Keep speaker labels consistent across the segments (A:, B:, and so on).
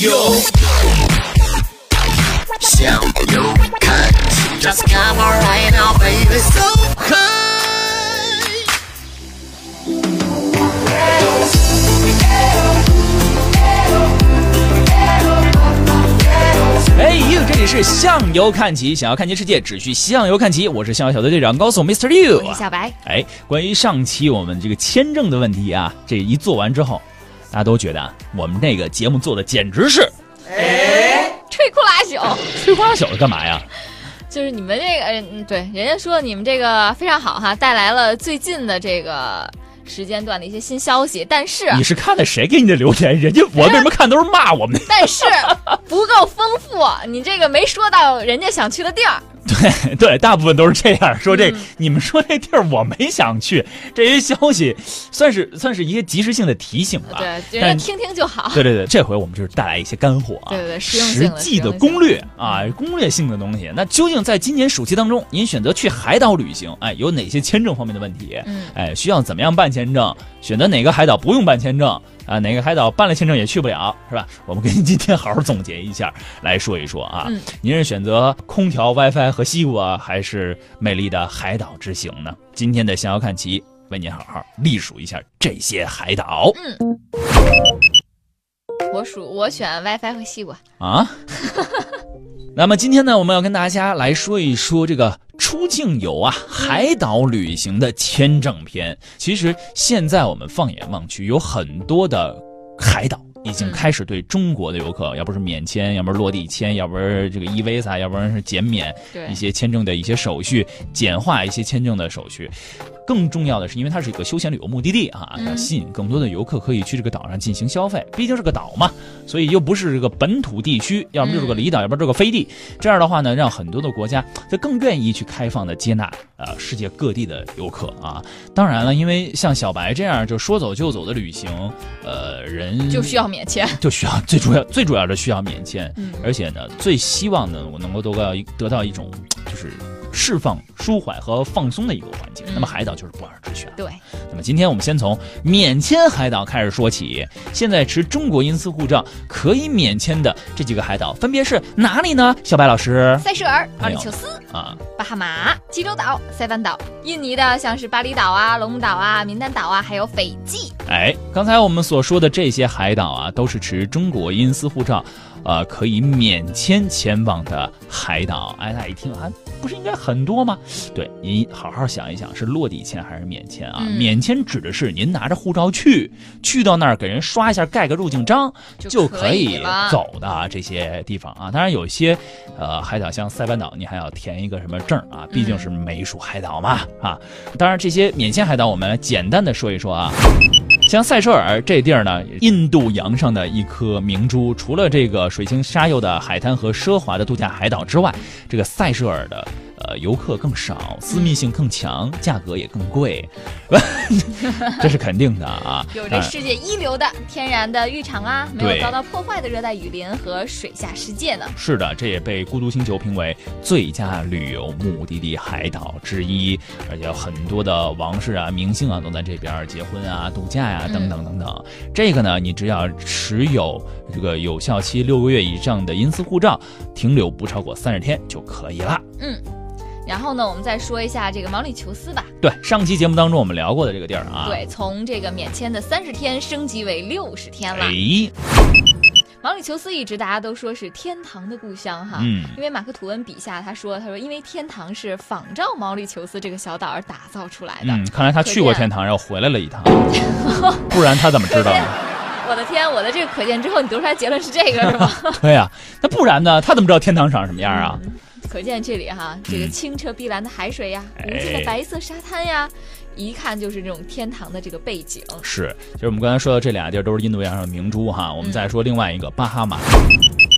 A: 呦！向右看，Just come on right now, baby, so high。
B: 哎呦，这里是向游看齐，想要看齐世界，只需向游看齐。我是向游小队队长高手 Mr. You
C: 我。是小白，
B: 哎，关于上期我们这个签证的问题啊，这一做完之后，大家都觉得啊，我们那个节目做的简直是
C: 吹哭拉朽，
B: 吹花小是干嘛呀？
C: 就是你们这个，嗯，对，人家说你们这个非常好哈，带来了最近的这个时间段的一些新消息，但是
B: 你是看了谁给你的留言？人家我为什么看都是骂我们 的？
C: 但是不够丰富，你这个没说到人家想去的地 儿，
B: 对对，大部分都是这样说这。
C: 嗯
B: 你们说这地儿我没想去，这些消息算是算是一个及时性的提醒
C: 啊
B: 吧。
C: 对，
B: 但
C: 人家听听就 好。
B: 对对对，这回我们就是带来一些干货啊，
C: 对对对实用
B: 实
C: 性的嗯
B: 际的
C: 实用性的
B: 攻略啊，攻略性的东西。那究竟在今年暑期当中，您选择去海岛旅行，哎，有哪些签证方面的问题？
C: 嗯，
B: 哎，需要怎么样办签证？选择哪个海岛不用办签证啊？哪个海岛办了签证也去不了，是吧？我们给您今天好好总结一下，来说一说啊。
C: 嗯
B: 您是选择空调、WiFi 和西瓜，还是美丽的海岛之行呢？今天的逍遥看齐，为您好好历数一下这些海岛
C: 我数我选 WiFi 和西瓜，
B: 啊。 那么今天呢，我们要跟大家来说一说这个出境游啊，海岛旅行的签证篇。其实现在我们放眼望去，有很多的海岛。已经开始对中国的游客，要不是免签，要不是落地签，要不是这个 e visa，要不然是减免
C: 对
B: 一，些签证的一些手续，简化一些签证的手续。更重要的是，因为它是一个休闲旅游目的地啊，
C: 嗯
B: 它吸引更多的游客可以去这个岛上进行消费。毕竟是个岛嘛，所以又不是这个本土地区，要么就是
C: 嗯
B: 个离岛，要不然就是个飞地。这样的话呢，让很多的国家它更愿意去开放的接纳呃世界各地的游客啊。当然了，因为像小白这样就说走就走的旅行，呃，人
C: 就需要免签。
B: 就需要最主要最主要的需要免签，
C: 嗯
B: 而且呢，最希望呢，我能够得到一得到一种就是释放、舒缓和放松的一个环境。
C: 嗯
B: 那么海岛就是不二之选。
C: 对，
B: 那么今天我们先从免签海岛开始说起。现在持中国因私护照可以免签的这几个海岛分别是哪里呢？小白老师
C: 塞舌尔、
B: 哎呦
C: 奥里丘斯、
B: 啊，
C: 巴哈马、济州岛、塞班岛，印尼的像是巴厘岛啊、龙目岛啊、民丹岛啊，还有斐济。
B: 哎，刚才我们所说的这些海岛啊，都是持中国因私护照，呃，可以免签前往的海岛。哎，大家一听啊，不是应该很多吗？对，您好好想一想，是落地签还是免签啊？
C: 嗯
B: 免签指的是您拿着护照去，去到那儿给人刷一下，盖个入境章
C: 就
B: 可
C: 可以了
B: 走的啊这些地方啊。当然有一些，呃，海岛像塞班岛，你还要填一个什么证啊，毕竟
C: 嗯
B: 是美属海岛嘛啊。当然这些免签海岛，我们来简单的说一说啊。像塞舌尔这地儿呢，印度洋上的一颗明珠，除了这个水清沙幼的海滩和奢华的度假海岛之外，这个塞舌尔的呃游客更少，私密性更强，价格也更贵， 这是肯定的啊。
C: 有
B: 当
C: 着
B: 然
C: 世界一流的天然的浴场啊，没
B: 对
C: 有遭到破坏的热带雨林和水下世界呢。
B: 是的，这也被《孤独星球》评为最佳旅游目的地海岛之一，而且有很多的王室啊、明星啊都在这边儿结婚啊、度假呀、
C: 嗯
B: 等等等等。这个呢，你只要持有这个有效期六个月以上的因私护照，停留不超过三十天就可以了。
C: 然后呢，我们再说一下这个毛里求斯吧。
B: 对，上期节目当中我们聊过的这个地儿啊，，
C: 对，从这个免签的三十天升级为六十天了。
B: 哎，
C: 毛里求斯一直大家都说是天堂的故乡哈。
B: 嗯。
C: 因为马克吐温笔下，他说：“他说，因为天堂是仿照毛里求斯这个小岛而打造出来的。
B: 嗯，看来他去过天堂，然后回来了一趟， 不然他怎么知道呢？
C: 我的天，我的这个可见之后，你得出来结论是这个是吧？
B: 对呀、那不然呢？他怎么知道天堂长什么样啊？
C: 可见这里哈，这个清澈碧蓝的海水呀，
B: 嗯哎
C: 无尽的白色沙滩呀，一看就是这种天堂的这个背景。
B: 是，就是我们刚才说的这俩地儿都是印度洋上的明珠哈。我们再说另外一个巴哈马，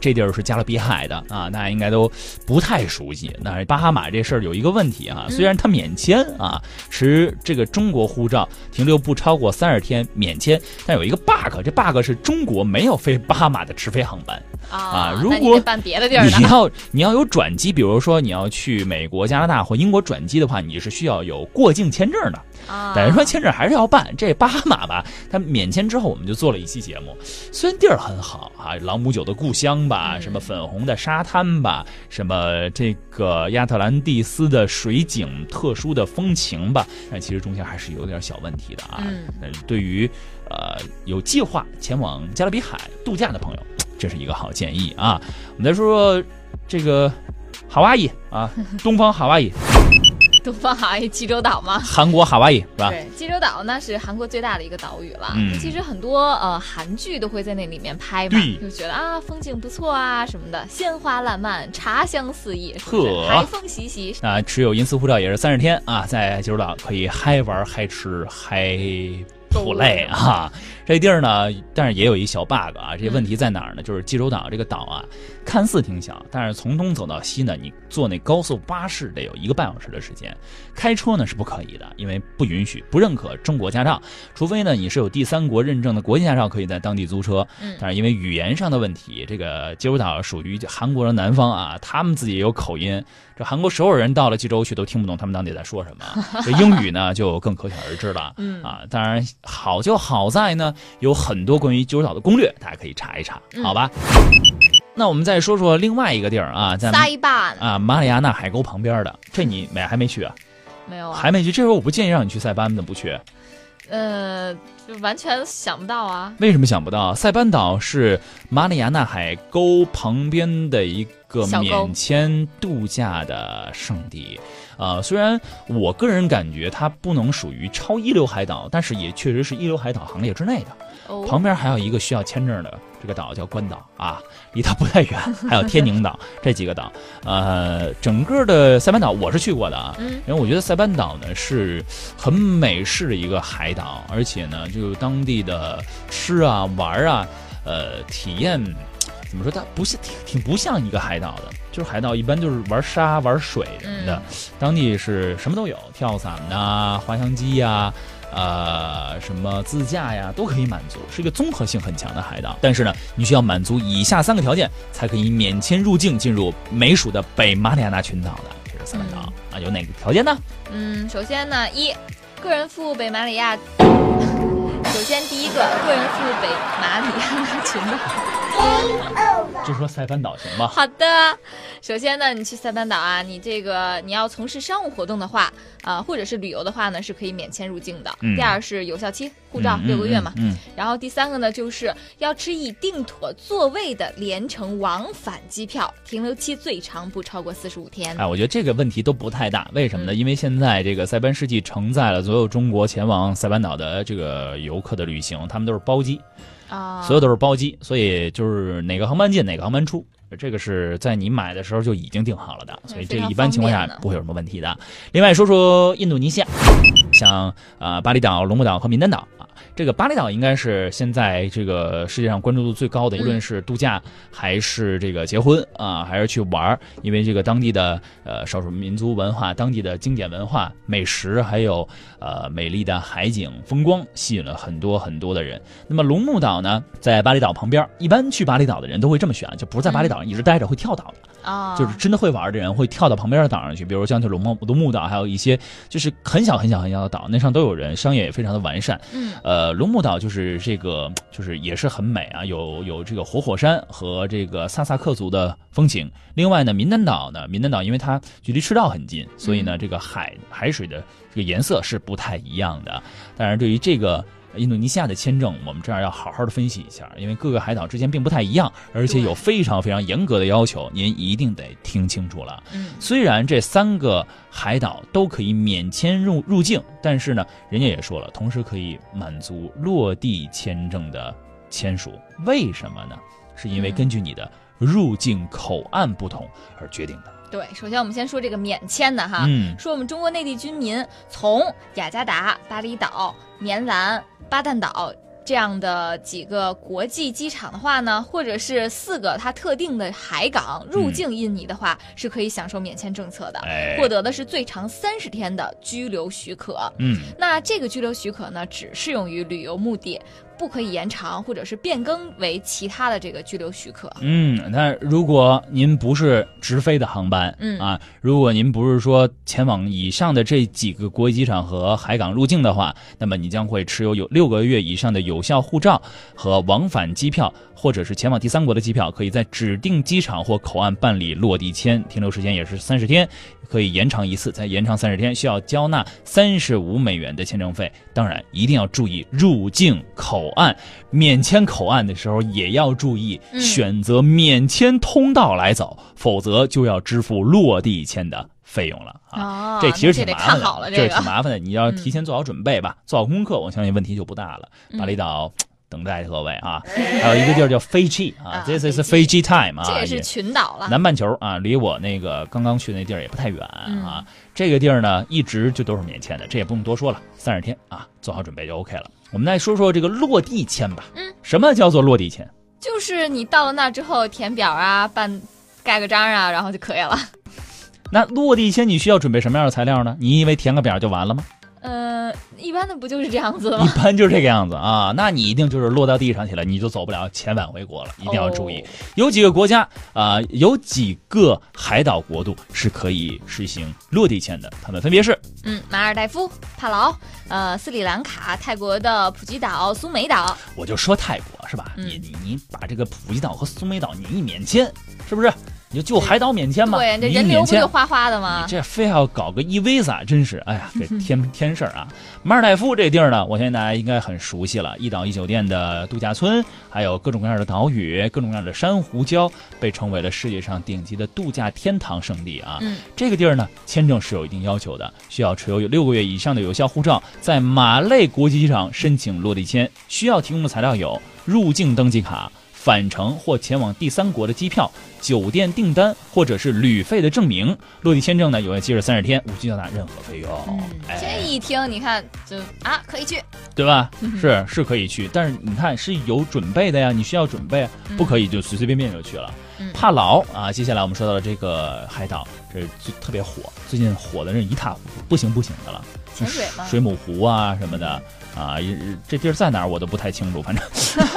B: 这地儿是加勒比海的啊，大家应该都不太熟悉。那巴哈马这事儿有一个问题啊，虽然它免签啊，持这个中国护照停留不超过三十天免签，但有一个 bug，这 bug 是中国没有飞巴哈马的直飞航班。啊
C: 啊，
B: 如
C: 那你
B: 果
C: 得办别的地儿
B: 你
C: 呢。
B: 要你要有转机，比如说你要去美国、加拿大或英国转机的话，你是需要有过境签证的。
C: 啊，
B: 但人说签证还是要办。这巴哈马吧，它免签之后，我们就做了一期节目。虽然地儿很好啊，朗姆酒的故乡吧，
C: 嗯
B: 什么粉红的沙滩吧，什么这个亚特兰蒂斯的水景、特殊的风情吧，但其实中间还是有点小问题的啊。
C: 嗯
B: 呃对于呃有计划前往加勒比海度假的朋友，这是一个好建议啊。我们再说说这个。夏威夷啊，东方夏威夷，
C: 东方好像济州岛嘛。
B: 韩国夏威夷是吧？
C: 对，济州岛那是韩国最大的一个岛屿了。
B: 嗯
C: 其实很多呃韩剧都会在那里面拍嘛
B: 对，
C: 就觉得啊风景不错啊什么的，鲜花烂漫，茶香四溢，是不
B: 呵
C: 是海风习习。
B: 啊，持有银丝护照也是三十天啊，在济州岛可以嗨玩、嗨吃、嗨 play 啊。这地儿呢，但是也有一小 bug 啊。这问题在哪儿呢？就是济州岛这个岛啊，看似挺小，但是从东走到西呢，你坐那高速巴士得有一个半小时的时间，开车呢是不可以的，因为不允许、不认可中国驾照，除非呢你是有第三国认证的国际驾照，可以在当地租车。
C: 嗯
B: 但是因为语言上的问题，这个济州岛属于韩国的南方啊，他们自己也有口音，这韩国所有人到了济州去都听不懂他们当地在说 什么，这英语呢就更可想而知了。
C: 嗯
B: 啊，当然好就好在呢，有很多关于济州岛的攻略，大家可以查一查，
C: 嗯
B: 好吧？那我们再说说另外一个地儿啊，在
C: 撒一半
B: 啊马里亚纳海沟旁边的，这你没还没去啊？
C: 没有啊？
B: 还没去，这回我不建议让你去塞班的，不去。
C: 呃，就完全想不到啊。
B: 为什么想不到？塞班岛是马里亚纳海沟旁边的一个
C: 小沟
B: 免签度假的圣地。呃，虽然我个人感觉它不能属于超一流海岛，但是也确实是一流海岛行列之内的。
C: 哦，
B: 旁边还有一个需要签证的这个岛叫关岛啊，离它不太远，还有天宁岛这几个岛。呃，整个的塞班岛我是去过的啊，
C: 嗯
B: 因为我觉得塞班岛呢是很美式的一个海岛，而且呢，就是当地的吃啊、玩啊，呃，体验怎么说，它不是挺挺不像一个海岛的，就是海岛一般就是玩沙、玩水什么的，
C: 嗯
B: 当地是什么都有，跳伞呐、滑翔机呀、呃，什么自驾呀，都可以满足，是一个综合性很强的海岛。但是呢，你需要满足以下三个条件，才可以免签入境进入美属的北马里亚纳群岛的。这是三个岛啊，有哪个条件呢？
C: 嗯，首先呢，一个人赴北马里亚。 首先，第一个，个人赴北马里亚群岛。
B: 就说塞班岛行吧。
C: 好的，首先呢，你去塞班岛啊，你这个你要从事商务活动的话，啊、或者是旅游的话呢，是可以免签入境的。
B: 嗯
C: 第二是有效期，护照
B: 嗯
C: 六个月嘛。
B: 嗯，嗯
C: 然后第三个呢，就是要持已定妥座位的联程往返机票，停留期最长不超过四十五天。
B: 哎，我觉得这个问题都不太大，为什么呢？
C: 嗯
B: 因为现在这个塞班世纪承载了所有中国前往塞班岛的这个游客的旅行，他们都是包机，
C: 啊、
B: 所有都是包机，所以就是哪个航班进哪个航班出，这个是在你买的时候就已经定好了的，所以这个一般情况下
C: 嗯非常方便呢
B: 不会有什么问题的。另外说说印度尼西亚，像啊、呃巴厘岛、龙目岛和民丹岛啊，这个巴厘岛应该是现在这个世界上关注度最高的，
C: 嗯
B: 无论是度假还是这个结婚啊，还是去玩儿，因为这个当地的呃少数民族文化、当地的经典文化、美食，还有呃美丽的海景风光，吸引了很多很多的人。那么龙目岛呢，在巴厘岛旁边儿，一般去巴厘岛的人都会这么选，就不是在巴厘岛上一直待着，会跳岛的。
C: 啊，
B: 就是真的会玩的人会跳到旁边的岛上去，比如像去龙目龙目岛，还有一些就是很小很小很小的岛，那上都有人，商业也非常的完善。
C: 嗯
B: 呃，龙目岛就是这个就是也是很美啊，有有这个活火山和这个萨萨克族的风情。另外呢，民丹岛呢，民丹岛因为它距离赤道很近，所以呢，这个海海水的这个颜色是不太一样的。当然，对于这个。印度尼西亚的签证，我们这儿要好好的分析一下，因为各个海岛之间并不太一样，而且有
C: 对
B: 非常非常严格的要求，您一定得听清楚了。
C: 嗯
B: 虽然这三个海岛都可以免签入入境，但是呢，人家也说了，同时可以满足落地签证的签署。为什么呢？是因为
C: 嗯
B: 根据你的入境口岸不同而决定的。
C: 对，首先我们先说这个免签的哈，
B: 嗯，
C: 说我们中国内地居民从雅加达、巴厘岛、棉兰、巴淡岛这样的几个国际机场的话呢，或者是四个它特定的海港入境印尼的话，是可以享受免签政策的，
B: 嗯哎，
C: 获得的是最长三十天的居留许可。
B: 嗯
C: 那这个居留许可呢，只适用于旅游目的，不可以延长或者是变更为其他的这个居留许可。
B: 嗯，那如果您不是直飞的航班，
C: 嗯
B: 啊，如果您不是说前往以上的这几个国际机场和海港入境的话，那么你将会持有有六个月以上的有效护照和往返机票，或者是前往第三国的机票，可以在指定机场或口岸办理落地签，停留时间也是三十天，可以延长一次，再延长三十天需要交纳三十五美元的签证费。当然，一定要注意入境口岸免签口岸的时候也要注意
C: 嗯
B: 选择免签通道来走，否则就要支付落地签的费用了啊。
C: 哦
B: 这其实挺
C: 那这得
B: 麻烦
C: 看
B: 的，
C: 好了，
B: 这
C: 个
B: 挺麻烦的。你要提前做好准备吧，做好功课，我相信问题就不大了。
C: 嗯
B: 巴厘岛等待各位啊，还有一个地儿叫飞机啊
C: 啊
B: ，This is
C: 飞
B: 飞机 time 啊，
C: 这也是
B: 也
C: 群岛了。
B: 南半球啊，离我那个刚刚去那地儿也不太远啊
C: 嗯。
B: 这个地儿呢，一直就都是免签的，这也不用多说了，三十天啊，做好准备就 OK 了。我们再说说这个落地签吧。
C: 嗯，
B: 什么叫做落地签？
C: 就是你到了那儿之后填表啊，办盖个章啊，然后就可以了。
B: 那落地签你需要准备什么样的材料呢？你以为填个表就完了吗？
C: 呃，一般的不就是这样子的
B: 一
C: 吗？
B: 般就是这个样子啊。那你一定就是落到地上去了，你就走不了遣返回国了， 一定要注意。
C: 哦
B: 有几个国家啊、有几个海岛国度是可以实行落地签的，它们分别是
C: 嗯，马尔代夫、帕劳、呃，斯里兰卡、泰国的普吉岛、苏梅岛，
B: 我就说泰国是吧？
C: 嗯
B: 你你你把这个普吉岛和苏梅岛你一免签，是不是？你就就海岛免签嘛，
C: 对，这
B: 你一
C: 人流
B: 免
C: 不
B: 签
C: 就。哗哗的
B: 你
C: 吗？
B: 这非要搞个 e visa，真是哎呀，给添添事儿啊！马尔代夫这地儿呢，我相信大家应该很熟悉了，一岛一酒店的度假村，还有各种各样的岛屿、各种各样的珊瑚礁，被称为了世界上顶级的度假天堂圣地啊。
C: 嗯
B: 这个地儿呢，签证是有一定要求的，需要持有六个月以上的有效护照，在马累国际机场申请落地签。需要提供的材料有入境登记卡、返程或前往第三国的机票、酒店订单或者是旅费的证明。落地签证呢，有效期是三十天，无需缴纳任何费用。
C: 嗯这
B: 哎，
C: 一听你看就啊，可以去，
B: 对吧？
C: 嗯
B: 是是可以去，但是你看是有准备的呀，你需要准备，不可以就随随便便就去了。
C: 嗯
B: 帕劳啊，接下来我们说到的这个海岛，这是最特别火，最近火的是一塌糊涂，不行不行的了。
C: 潜水吗？嗯
B: 水母湖啊什么的啊，也这地儿在哪儿我都不太清楚，反正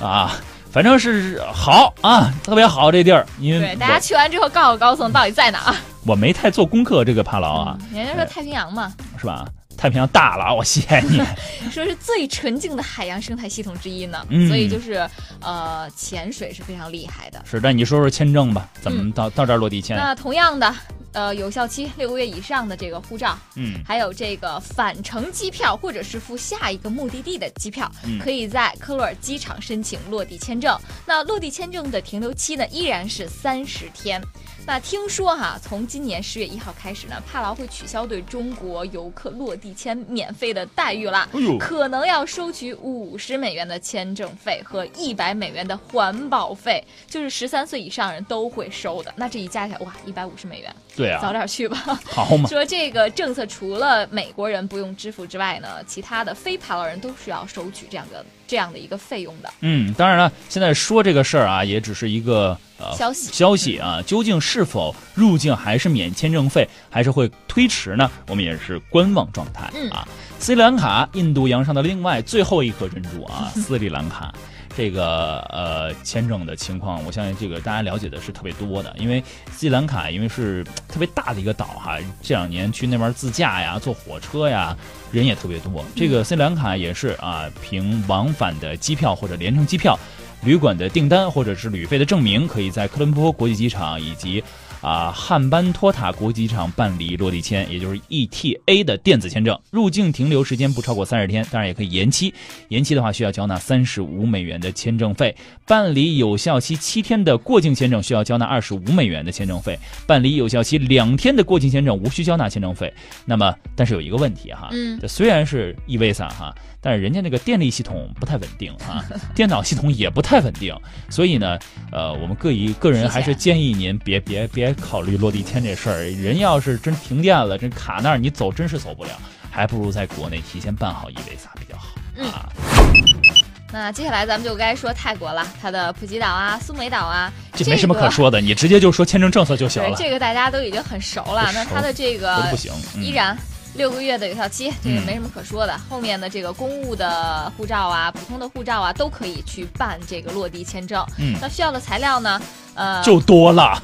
B: 啊，反正是好啊，特别好这地儿，因为
C: 嗯对，大家去完之后告诉高总到底在哪儿
B: 我我没太做功课，这个帕劳啊，
C: 嗯人家说太平洋嘛，
B: 是吧？太平洋大了，我谢你。
C: 说是最纯净的海洋生态系统之一呢，
B: 嗯
C: 所以就是呃，潜水是非常厉害的。
B: 是，那你说说签证吧，怎么
C: 嗯
B: 到、到这儿落地签？
C: 那同样的，呃，有效期六个月以上的这个护照，
B: 嗯，
C: 还有这个返程机票或者是赴下一个目的地的机票，
B: 嗯
C: 可以在科罗尔机场申请落地签证。那落地签证的停留期呢，依然是三十天。那听说哈、从今年十月一号开始呢，帕劳会取消对中国游客落地签免费的待遇啦。
B: 哎呦
C: 可能要收取五十美元的签证费和一百美元的环保费，就是十三岁以上人都会收的。那这一加起来，哇，一百五十美元，
B: 对
C: 早
B: 啊，
C: 点 去吧。
B: 好嘛，
C: 说这个政策除了美国人不用支付之外呢，其他的非帕劳人都是要收取这样的这样的一个费用的。
B: 嗯，当然了，现在说这个事儿啊，也只是一个呃
C: 消息
B: 消息啊，究竟是否入境还是免签证费，还是会推迟呢？我们也是观望状态
C: 嗯
B: 啊。斯里兰卡，印度洋上的另外最后一颗珍珠啊，斯里兰卡。这个呃签证的情况，我相信这个大家了解的是特别多的，因为斯里兰卡因为是特别大的一个岛哈，这两年去那边自驾呀、坐火车呀，人也特别多。这个斯里兰卡也是啊，凭往返的机票或者联程机票、旅馆的订单或者是旅费的证明，可以在科伦坡国际机场以及啊汉班托塔国际机场办理落地签，也就是 ETA 的电子签证，入境停留时间不超过三十天，当然也可以延期。延期的话需要交纳三十五美元的签证费，办理有效期七天的过境签证需要交纳二十五美元的签证费，办理有效期两天的过境签证无需交纳签证费。那么，但是有一个问题哈，
C: 嗯
B: 这虽然是 e visa 哈，但是人家那个电力系统不太稳定啊，电脑系统也不太稳定，所以呢，呃，我们各一个人还是建议您别别别考虑落地签这事儿，人要是真停电了，真卡那儿，你走真是走不了，还不如在国内提前办好 e visa 比较好啊。
C: 嗯那接下来咱们就该说泰国了，它的普吉岛啊、苏梅岛啊，
B: 这没什么可说的，你直接就说签证政策就行
C: 对
B: 了，
C: 这个大家都已经很熟了。
B: 很熟
C: 那它的这
B: 我都
C: 个
B: 不行。嗯
C: 依然六个月的有效期，这个
B: 嗯
C: 没什么可说的。后面的这个公务的护照啊，普通的护照啊，都可以去办这个落地签证。
B: 嗯，
C: 那需要的材料呢？呃，
B: 就多了。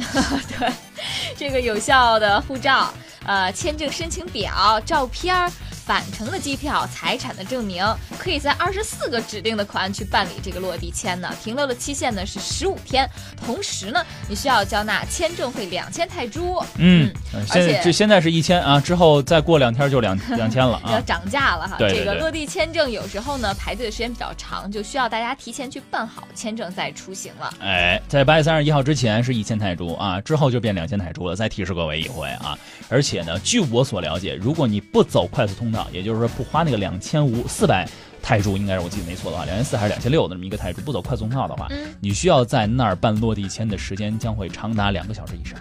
C: 这个有效的护照、呃签证申请表、照片儿、返程的机票、财产的证明，可以在二十四个指定的口岸去办理这个落地签呢。停留的期限呢是十五天，同时呢，你需要交纳签证费两千泰铢，
B: 嗯
C: 嗯，
B: 呃
C: 而
B: 现在
C: 且
B: 就现在是一千啊，之后再过两天就两两千了
C: 要
B: 啊。
C: 涨价了哈。
B: 对对
C: 这个
B: 对
C: 落地签证有时候呢排队的时间比较长，就需要大家提前去办好签证再出行了。
B: 哎，在八月三十一号之前是一千泰铢啊，之后就变两千泰铢了。再提示各位一回啊，而且呢，据我所了解，如果你不走快速通道，也就是说不花那个两千五四百泰铢，应该是我记得没错的话，两千四还是两千六的这么一个泰铢，不走快速通道的话，
C: 嗯
B: 你需要在那儿办落地签的时间将会长达两个小时以上。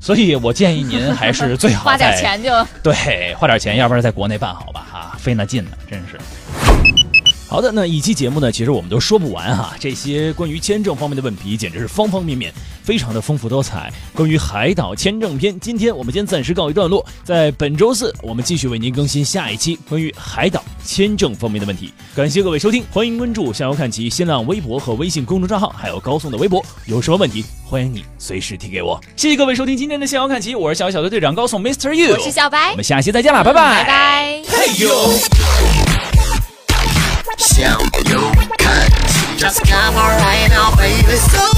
B: 所以我建议您还是最好
C: 花点
B: 在
C: 钱就
B: 对，花点钱，要不然在国内办好吧，哈、费那劲呢，真是。好的，那一期节目呢，其实我们都说不完哈、这些关于签证方面的问题，简直是方方面面，非常的丰富多彩。关于海岛签证篇，今天我们先暂时告一段落，在本周四我们继续为您更新下一期关于海岛签证方面的问题。感谢各位收听，欢迎关注“向右看齐”新浪微博和微信公众账号，还有高颂的微博。有什么问题，欢迎你随时提给我。谢谢各位收听今天的“向右看齐”，我是小小的队长高颂 Mr. You，
C: 我是小白
B: 我，们下期再见啦，拜
C: 哎拜拜。
A: Shout you cut, just come right now, baby. So